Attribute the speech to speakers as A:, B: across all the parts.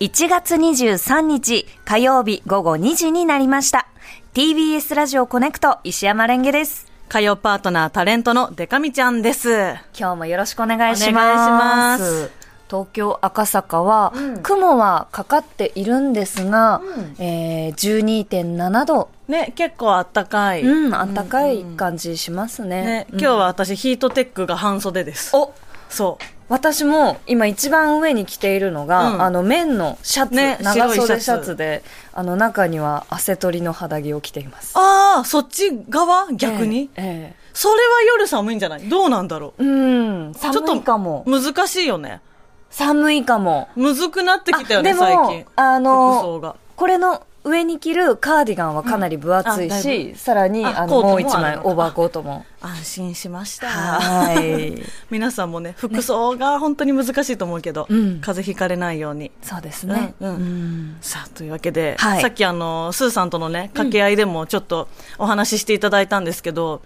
A: 1月23日火曜日午後2時になりました。TBS ラジオコネクト石山レンゲです。
B: 火曜パートナータレントのデカミちゃんです。
A: 今日もよろしくお願いします。
B: お願いします
A: 東京赤坂は、雲はかかっているんですが、えー、12.7度、
B: ね、結構あったかい。
A: うん、暖かい感じしますね。
B: ね、
A: うん
B: 今日は私ヒートテックが半袖です。
A: お
B: そ
A: 私も今一番上に着ているのが、
B: うん
A: あの綿のシャツ、
B: ね
A: 長
B: 白
A: 袖
B: い
A: シ
B: シャ
A: ャ
B: ツ
A: ツで、あの中には汗取りの肌着を着ています
B: う。。ああ、そっち側逆に、
A: ええええ
B: それは夜寒いんじゃないどうなんだろ
A: うん、
B: う。ちょっと
A: 寒いかも。
B: 難しいよね。
A: 寒いかも。
B: むずくなってきたよ
A: あ
B: ね、
A: でも
B: 最近。
A: あ
B: 服装
A: の
B: が。
A: これの上に着るカーディガンはかなり分厚い
B: うんあだ
A: し、
B: いぶ
A: さらに
B: あ
A: あ
B: コ
A: の
B: ートも
A: もう一
B: あ
A: 枚
B: るのか
A: オーバーコートも。
B: 安心しました。
A: は い。
B: 皆さんもね、服装が本当に難しいと思うけど、
A: うん
B: 風邪ひかれないように。
A: そうですね。
B: うんうん
A: うん
B: さあというわけで、
A: はい
B: さっきあのスーさんとのね掛け合いでもちょっとお話ししていただいたんですけど、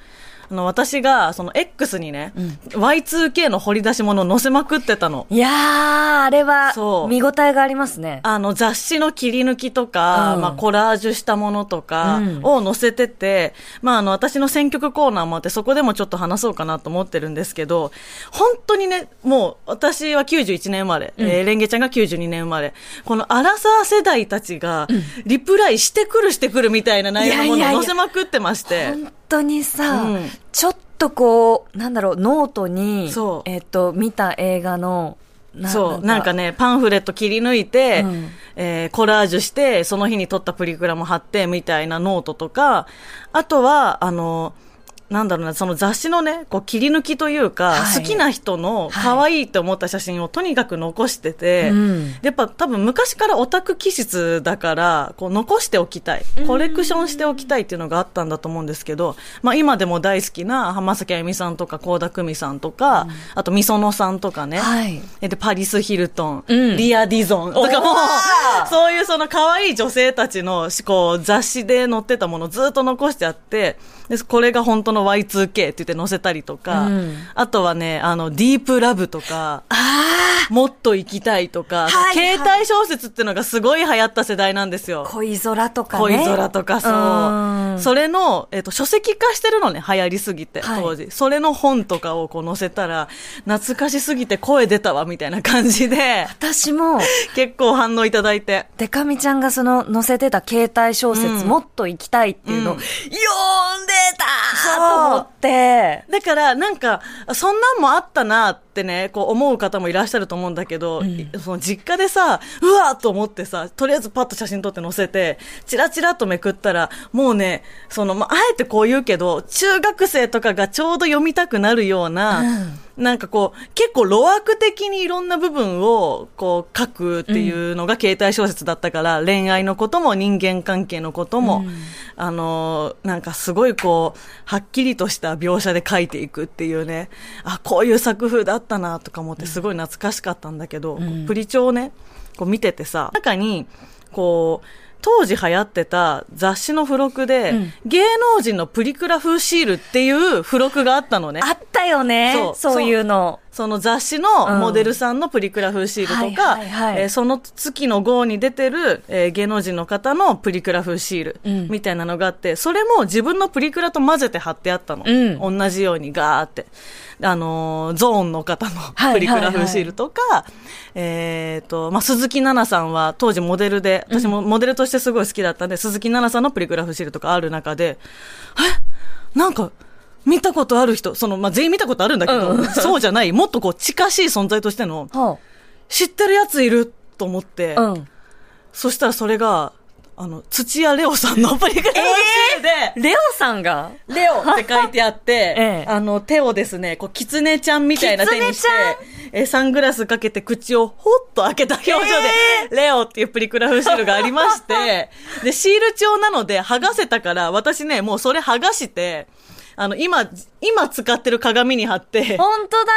B: あの私がその X にね、Y2K の掘り出し物を載せまくってたの。
A: いやー、あれは
B: そう
A: 見応えがありますね。
B: あの雑誌の切り抜きとか、
A: うん
B: まあコラージュしたものとか
A: うん
B: を載せてて、まああの私の選曲コーナーもあってそこでもちょっと話そうかなと思ってるんですけど、本当にね、もう私は91年生まれ、えーレンゲちゃんが92年生まれ、このアラサー世代たちがリプライしてくるしてくるみたいな内容のも
A: いやいやい
B: の
A: や
B: を載せまくってまして。
A: 本当にさ、
B: うん
A: ちょっとこう、なんだろう、ノートに、
B: そう
A: えっと、見た映画の、
B: そう、なんかね、パンフレット切り抜いて、
A: うん
B: えーコラージュして、その日に撮ったプリクラも貼って、みたいなノートとか、あとは、あの、なんだろうな、その雑誌のね、こう切り抜きというか、
A: はい
B: 好きな人の可愛いと思った写真をとにかく残してて、
A: うん
B: でやっぱ多分昔からオタク気質だから、こう残しておきたい、コレクションしておきたいっていうのがあったんだと思うんですけど、まあ今でも大好きな浜崎あゆみさんとか、倖田來未さんとか、あとみそのさんとかね、
A: はい。
B: えで、パリス・ヒルトン、
A: うん
B: リア・ディゾンとかも
A: おー、
B: そういうその可愛い女性たちのこう雑誌で載ってたものずっと残してあって、でこれが本当の Y2K って言って載せたりとか、
A: うん
B: あとはね、あの、ディープラブとか、
A: あ
B: もっと行きたいとか、
A: はいはい
B: 携帯小説っていうのがすごい流行った世代なんですよ
A: ー、。恋空とかね。
B: 恋空とかそう。
A: ん
B: それの、えっ、と、書籍化してるのね、流行りすぎて、
A: はい
B: 当時。それの本とかをこう載せたら、懐かしすぎて声出たわ、みたいな感じで、
A: 私も、
B: 結構反応いただいて。
A: デカミちゃんがその載せてた携帯小説、
B: うん
A: もっと行きたいっていうのを、
B: うん
A: 読んでたーと思って、
B: だから、なんか、そんなんもあったなってね、こう思う方もいらっしゃると思うんだけど、その実家でさ、うわーと思ってさ、とりあえずパッと写真撮って載せて、チラチラとめくったら、もうね、その、まあ、あえてこう言うけど、中学生とかがちょうど読みたくなるような、なんかこう、結構露悪的にいろんな部分をこう書くっていうのが携帯小説だったから、恋愛のことも人間関係のことも、あのー、なんかすごいこう、はっきりとした描写で書いていくっていうね、あ、こういう作風だったなとか思ってすごい懐かしかったんだけど、こうプリチョをね、こう見ててさ、中に、こう、当時流行ってた雑誌の付録で、
A: うん
B: 芸能人のプリクラ風シールっていう付録があったのね。
A: あったよね
B: そう
A: そういうの。
B: その雑誌のモデルさんのプリクラ風シールとか、
A: うんはいはいはい
B: えーその月の号に出てる、えー芸能人の方のプリクラ風シール
A: うん
B: みたいなのがあって、それも自分のプリクラと混ぜて貼ってあったの。
A: うん
B: 同じようにガーって。あのーゾーンの方の
A: はい
B: プリクラ風シールとか、えっ、と、まあ、鈴木奈々さんは当時モデルで、私もモデルとしてすごい好きだったんで、鈴木奈々さんのプリクラ風シールとかある中で、えなんか、見たことある人、その、まあ、全員見たことあるんだけど、
A: うんうん
B: そうじゃない、もっとこう、近しい存在としての、
A: ほ
B: 知ってるやついると思って、
A: う。うん。
B: そしたらそれが、あの、土屋レオさんのプリクラのシールで、
A: レオさんが
B: レオって書いてあっ て、
A: ええ
B: あの、手をですね、こう、キツネちゃんみたいな手にし
A: キ
B: て
A: ツネ、
B: えサングラスかけて口をほっと開けた表情で、レオっていうプリクラ風シールがありま して、で、シール帳なので剥がせたから、私ね、もうそれ剥がして、あの、今、今使ってる鏡に貼って、
A: 本当だ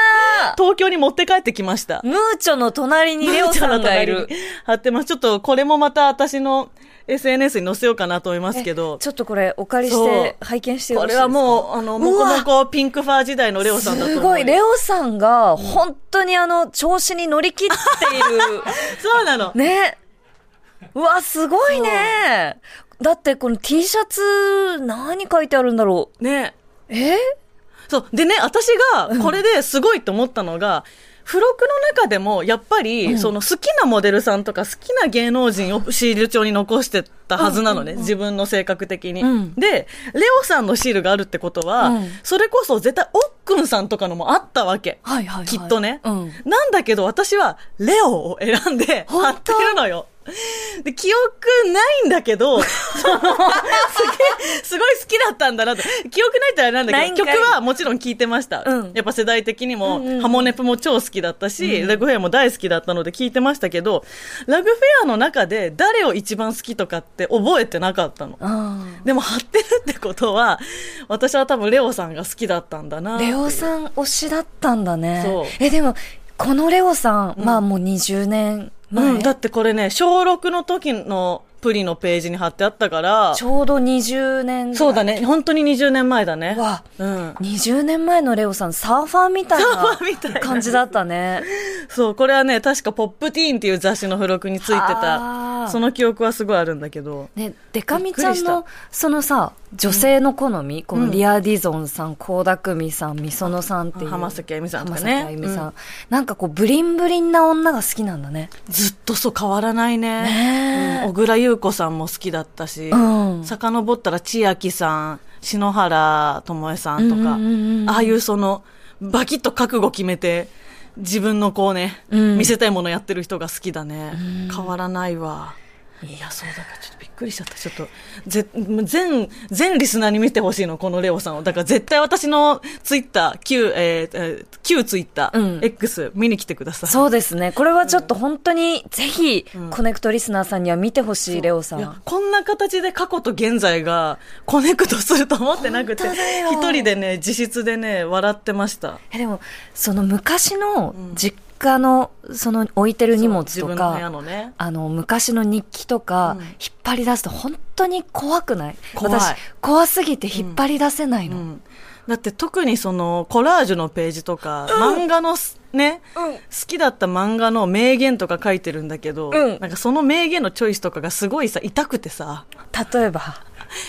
B: 東京に持って帰ってきました。
A: ムーチョの隣にレオさんがいる。。
B: 貼ってます。ちょっとこれもまた私の SNS に載せようかなと思いますけど。
A: ちょっとこれお借りし
B: そう
A: て拝見してよ
B: こ
A: ろしい
B: れ
A: ですか
B: はもう、あの、も
A: う
B: こ
A: わ
B: もこピンクファー時代のレオさんだと思う。
A: すごい、レオさんが本当にあの、調子に乗り切っている。
B: そうなの。
A: ね。うわ、すごいね。だってこの T シャツ、何書いてあるんだろう。
B: ね。
A: え
B: そう。でね、私がこれですごいと思ったのが、付録の中でも、やっぱり、その好きなモデルさんとか好きな芸能人をシール帳に残してたはずなのね、自分の性格的に、
A: うん
B: で、レオさんのシールがあるってことは、
A: うん
B: それこそ絶対、おっくんさんとかのもあったわけ。
A: はいはい、はい。
B: きっとね、
A: うん。
B: なんだけど私は、レオを選んで貼
A: 本
B: って
A: 当
B: るのよ。で、記憶ないんだけ ど、そのすげえすごい好きだったんだなって。記憶ないってあれなんだ
A: な
B: け
A: いん
B: ど、
A: かい
B: 曲はもちろん聴いてました。
A: うん
B: やっぱ世代的にも、
A: うんうん
B: ハモネプも超好きだったし、ラグフェアも大好きだったので聴いてましたけど、ラグフェアの中で誰を一番好きとかって覚えてなかったの。
A: あ
B: でも貼ってるってことは、私は多分レオさんが好きだったんだな
A: あ。
B: っていう。
A: レオさん推しだったんだね。
B: そう
A: え、でも、このレオさん、まあもう20年前、
B: うん、だってこれね、小6の時のプリのページに貼ってあったから
A: ち、ょうど20年ぐらい
B: そうだ。ね、本当に20年前だね。
A: わ、
B: うん。
A: 20年前のレオさん、サーファーみたい
B: サーファーみたい
A: な
B: な
A: 感じだったね。
B: そう、これはね、確かポップティーンっていう雑誌の付録について
A: あー
B: た、その記憶はすごいあるんだけど。
A: ね、デカミちゃん
B: びっ
A: の
B: く、
A: そのさ、女性の好み、このリア・ディゾンさん、倖田來未さん、美園さんっていう。
B: 浜崎あゆみさんと
A: 浜
B: か
A: 崎
B: ね。
A: あゆみさん、
B: うん
A: なんかこう、ブリンブリンな女が好きなんだね。
B: ずっとそう変わらないね。
A: ねえ
B: うん小倉優子さんも好きだったし、
A: うん
B: 遡ったら千秋さん、篠原智恵さんとか、
A: うんうんうんうん
B: ああいうその、バキッと覚悟決めて、自分のこうね、
A: うん
B: 見せたいものやってる人が好きだね。変わらないわ。いや、そうだからちょっとびっくりしちゃった。ちょっと、ぜ、全、全リスナーに見てほしいの、このレオさんを。だから絶対私のツイッター、旧、えーえー旧ツイッター、
A: うん
B: X 見に来てください。
A: そうですね。これはちょっと本当に、ぜひ、
B: ん
A: コネクトリスナーさんには見てほしい、レオさ
B: い
A: ん
B: や。こんな形で過去と現在がコネクトすると思ってなくて
A: 本当だよ
B: 一人でね自室でね笑ってました
A: えでも、その昔の実家の、その置いてる荷物
B: 自
A: と
B: 分の部屋
A: か、
B: のね
A: あの、昔の日記とか
B: うん、
A: 引っ張り出すと本当に怖くない、
B: 怖い
A: 私、怖すぎて引っ張り出せないの。
B: うんだって特にそのコラージュのページとか、漫画のすね、好きだった漫画の名言とか書いてるんだけど、
A: うん
B: なんかその名言のチョイスとかがすごいさ痛くてさ
A: 例えば。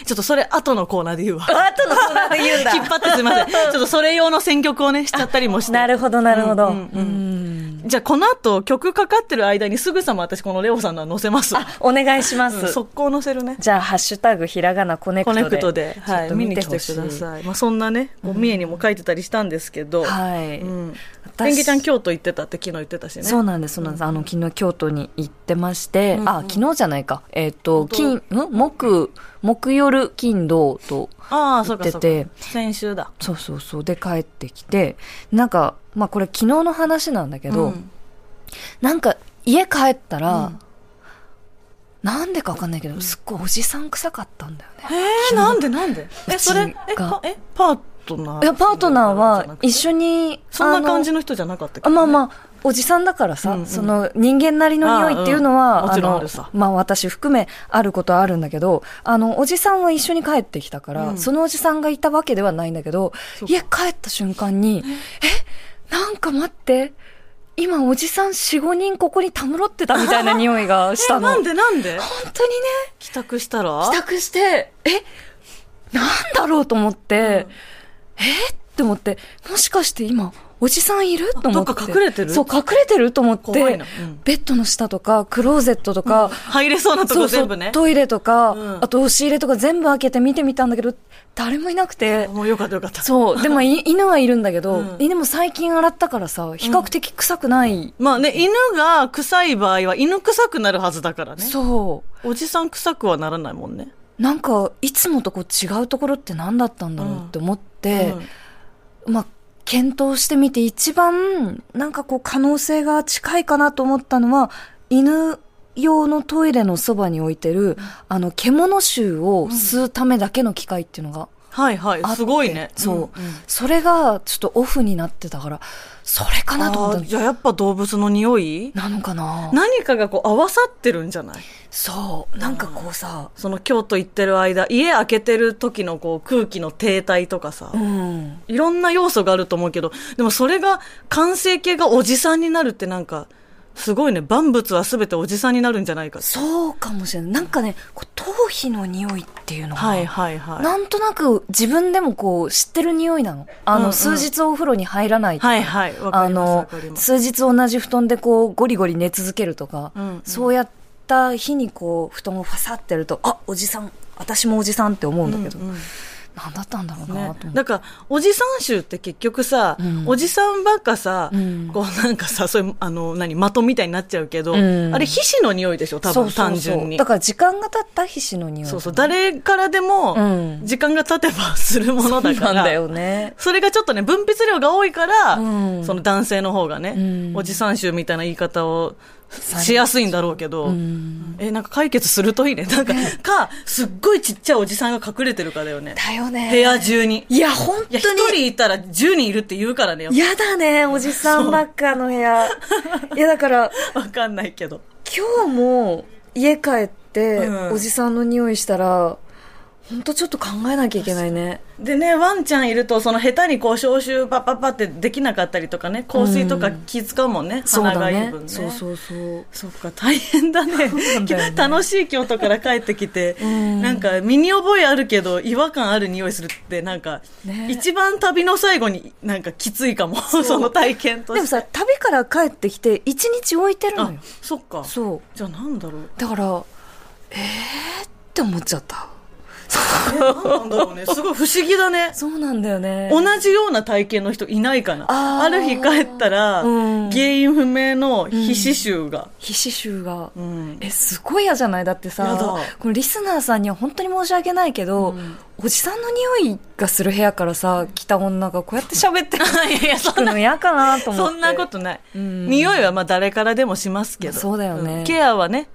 B: ちょっとそれ後のコーナーで言うわ
A: あとのコーナーで 言うんだ
B: 引っ張ってすみませんちょっとそれ用の選曲をねしちゃったりもして
A: なるほど、なるほど。
B: うんうんうん
A: うん
B: じゃあこの後曲かかってる間にすぐさま私このレオさんのは載せますわ。
A: お願いします。
B: 速攻載せるね。
A: じゃあ、ハッシュタグ、ひらがなコネク
B: コ
A: トで。
B: ネクトで、は
A: ちょ
B: い、
A: っと
B: 見に
A: て
B: 来
A: ほ
B: て
A: し
B: ください。まあそんなね、こう三重にも書いてたりしたんですけど、
A: はい。
B: うん。
A: 私
B: 天気ちゃん京都行ってたって昨日言ってたしね。
A: そうなんです、そうなんです。あの、昨日京都に行ってまして、
B: うんうん
A: あ、昨日じゃないか。えっ、と、
B: 本当
A: 金、ん木、木夜、金、土と、
B: ああ、そうかそう
A: 行って
B: か。先週だ。
A: そうそうそう、で帰ってきて、なんか、まあこれ昨日の話なんだけど、
B: うん
A: なんか家帰ったら、
B: うん
A: なんでかわかんないけど、すっごいおじさん臭かったんだよね。
B: えー、なんでなんでえ、それ、
A: う
B: え、
A: ちが
B: かえ、パートナー
A: いや、パートナーは一緒
B: に。
A: に、
B: そんな感じ
A: の
B: の人じゃなかったっけ
A: あ
B: どね
A: まあまあ、おじさんだからさ、
B: うんうん
A: その人間なりの匂いっていうのは、
B: あうんもちろん
A: の
B: あるさ
A: まあ私含めあることはあるんだけど、あの、おじさんは一緒に帰ってきたから、
B: うん
A: そのおじさんがいたわけではないんだけど、
B: そうか
A: 家帰った瞬間に、え、なんか待って、今おじさん4、5人ここにたむろってたみたいな匂いがし
B: え、
A: たの。
B: なん
A: 本
B: でなんで
A: 当にね、
B: 帰宅したら
A: 帰宅して、え、なんだろうと思って、えって思って、もしかして今、おじさんいると思って。
B: どっか隠れてる
A: そう、隠れてると思って、
B: 怖いなうん
A: ベッドの下とか、クローゼットとか、
B: 入れそうなと
A: そ
B: こ
A: うそ
B: 全
A: う
B: 部ね。
A: トイレとか、
B: うん
A: あと押し入れとか全部開けて見てみたんだけど、誰もいなくて。
B: もうよかったよかった。
A: そう。でも、い 犬はいるんだけど、
B: うん
A: 犬も最近洗ったからさ、比較的臭くない。
B: まあね、犬が臭い場合は犬臭くなるはずだからね。
A: そ
B: おじさん臭くはならないもんね。
A: う。なんか、いつもとこう違うところって何だったんだろうって思って、
B: うん
A: まあ、検討してみて一番、なんかこう可能性が近いかなと思ったのは、犬用のトイレのそばに置いてる、あの、獣臭を吸うためだけの機械っていうのが
B: はいはい
A: あって、、
B: すごいね。
A: そう、
B: んん
A: それがちょっとオフになってたから、それかなと思
B: あ
A: った
B: ー
A: の
B: じゃあやっぱ動物の匂い
A: なのかな
B: 何かがこう合わさってるんじゃない
A: そう。なんかこうさ、
B: その京都行ってる間、家開けてる時のこう空気の停滞とかさ、
A: うん。
B: いろんな要素があると思うけど、でもそれが完成形がおじさんになるってなんか、すごいね。万物は全ておじさんになるんじゃないかって。
A: そうかもしれない。なんかね、こう頭皮の匂いっていうのが、
B: はいはいはい。
A: なんとなく自分でもこう知ってる匂いなの。あの、
B: うんうん
A: 数日お風呂に入らないとか
B: はいはい。わか
A: あ
B: ります。わ
A: の
B: かり、ます。
A: 数日同じ布団でこう、ゴリゴリ寝続けるとか、
B: うんうん
A: そうやった日にこう、布団をファサってやると、あ、おじさん、私もおじさんって思うんだけど、
B: うんうん
A: なんだったんだろうな
B: ね
A: と、思って。
B: だから、おじさん臭って結局さ、
A: うん
B: おじさんばっかさ、
A: うん
B: こうなんかさ、そういう、あの、何、的みたいになっちゃうけど、
A: うん
B: あれ皮脂の匂いでしょ、多
A: そう
B: 分
A: そうそう
B: 単純に
A: だ。から時間が経った皮脂の匂い。
B: そうそう、誰からで
A: う
B: も、
A: ん。
B: 時間が経てばするものだ
A: そ
B: か
A: うなんだ
B: ら、
A: よね。
B: それがちょっとね、分泌量が多いから、
A: うん
B: その男性の方がね、
A: うん
B: おじさん臭みたいな言い方を
A: れ
B: しやすいんだろうけど、
A: うん。
B: え、なんか解決するといいね。なんか、か、すっごいちっちゃいおじさんが隠れてるかだよね。
A: だよね。
B: 部屋中に。
A: いや、本
B: いや、
A: 当
B: 一
A: に。
B: 人いたら10人いるって言うからね、やっ
A: やだね、おじさんばっかの部 屋。いや、だから、
B: ぱわかんないけど。
A: 今日も家帰って、
B: うん
A: おじさんの匂いしたら本当ちょっと考えなきゃいけないね
B: でね、ワンちゃんいると、その下手にこう消臭パッパッパってできなかったりとかね、香水とか気使うもんね、
A: そう
B: 鼻
A: だ
B: がいい
A: ね
B: 分ね。
A: そうそうそう
B: そうか、大変だ ね。
A: なんだよね
B: 楽しい京都から帰ってきて、
A: ん
B: なんか身に覚えあるけど違和感ある匂いするって、なんか、
A: ね
B: 一番旅の最後になんかきついかも、 その体験と
A: でも
B: して。
A: さ旅から帰ってきて一日置いてるの
B: あ
A: よ、
B: そっか。
A: そう
B: じゃあなんだろう。
A: だからえーって思っちゃった
B: なんなんだろ うね。すごい不思議だね。
A: そうなんだよね
B: 同じような体験の人いないかな。
A: あー
B: ある日帰ったら、
A: うん
B: 原因不明の皮脂臭が。
A: 皮脂臭が、
B: うん
A: えすごい嫌じゃないだって
B: や
A: さ
B: だ
A: このリスナーさんには本当に申し訳ないけど、おじさんの匂いがする部屋からさ来た女がこうやって喋ってく
B: いや、そん
A: る
B: な、
A: の嫌かなと思って
B: そんなことない。
A: ん
B: 匂いはまあ誰からでもしますけど。
A: そうだよね
B: んケアはね、うん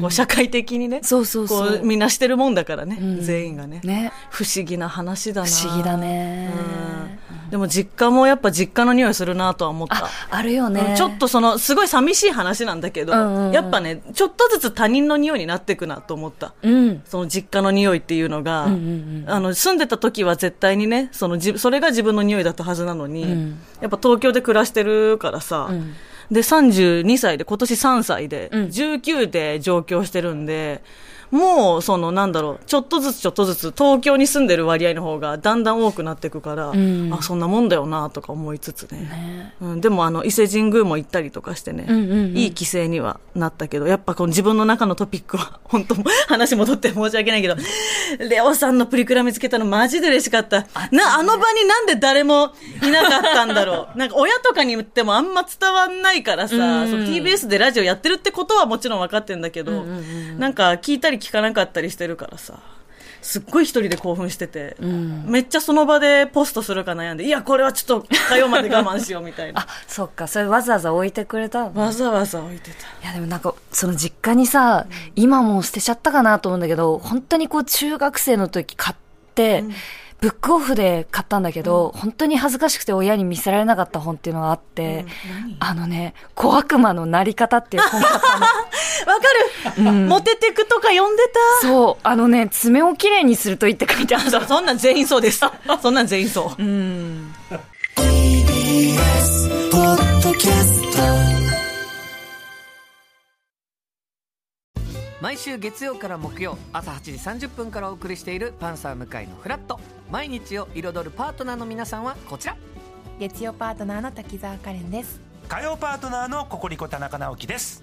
B: こう社会的にね、
A: そうそうそう
B: こうみんなしてるもんだからね、
A: うん
B: 全員がね。
A: ね
B: 不思議な話だな。
A: 不思議だ。ね、
B: うん。でも実家もやっぱ実家の匂いするなとは思った
A: あ。あるよね、
B: うんちょっとその、すごい寂しい話なんだけど、
A: うんうんうん
B: やっぱね、ちょっとずつ他人の匂いになっていくなと思った。
A: うん
B: その実家の匂いっていうのが、
A: うんうん
B: あの、住んでた時は絶対にね、そのじ、それが自分の匂いだったはずなのに、
A: うん
B: やっぱ東京で暮らしてるからさ、
A: うん
B: で、32歳で、今年3歳で、
A: うん
B: 19で上京してるんで、もう、その、なんだろう、ちょっとずつちょっとずつ、東京に住んでる割合の方がだんだん多くなっていくから、
A: うん
B: あ、そんなもんだよな、とか思いつつね。
A: ね
B: うん、でもあの伊勢神宮も行ったりとかしてね、
A: うんうんうん
B: いい規制にはなったけどやっぱこの自分の中のトピックは 本当話戻って申し訳ないけどレオさんのプリクラ見つけたのマジで嬉しかったなあの場になんで誰もいなかったんだろう なんか親とかに言ってもあんま伝わんないからさ、
A: うん
B: その TBS でラジオやってるってことはもちろん分かってんだけど、
A: うんうん
B: なんか聞いたり聞かなかったりしてるからさすっごい一人で興奮してて、
A: ん
B: めっちゃその場でポストするか悩んでいやこれはちょっと火曜まで我慢しようみたいな
A: あそっかそれわざわざ置いてくれたの
B: わざわざ置いてた。
A: いやでもなんかその実家にさ、今もう捨てちゃったかなと思うんだけど本当にこう中学生の時買って、ブックオフで買ったんだけど、本当に恥ずかしくて親に見せられなかった本っていうのがあって、あのね「小悪魔のなり方」っていう本買ったの
B: わかる、モテテクとか呼んで
A: そうあのね爪をきれいにするといいって書いてある
B: た。そそんなん全員そうです。そんなん全員そう。
C: 毎週月曜から木曜朝8時30分からお送りしている「パンサー向井のフラット」毎日を彩るパートナーの皆さんはこちら
D: 月曜パートナーの滝沢カレンです
E: 火曜パートナーのココリコ田中直樹です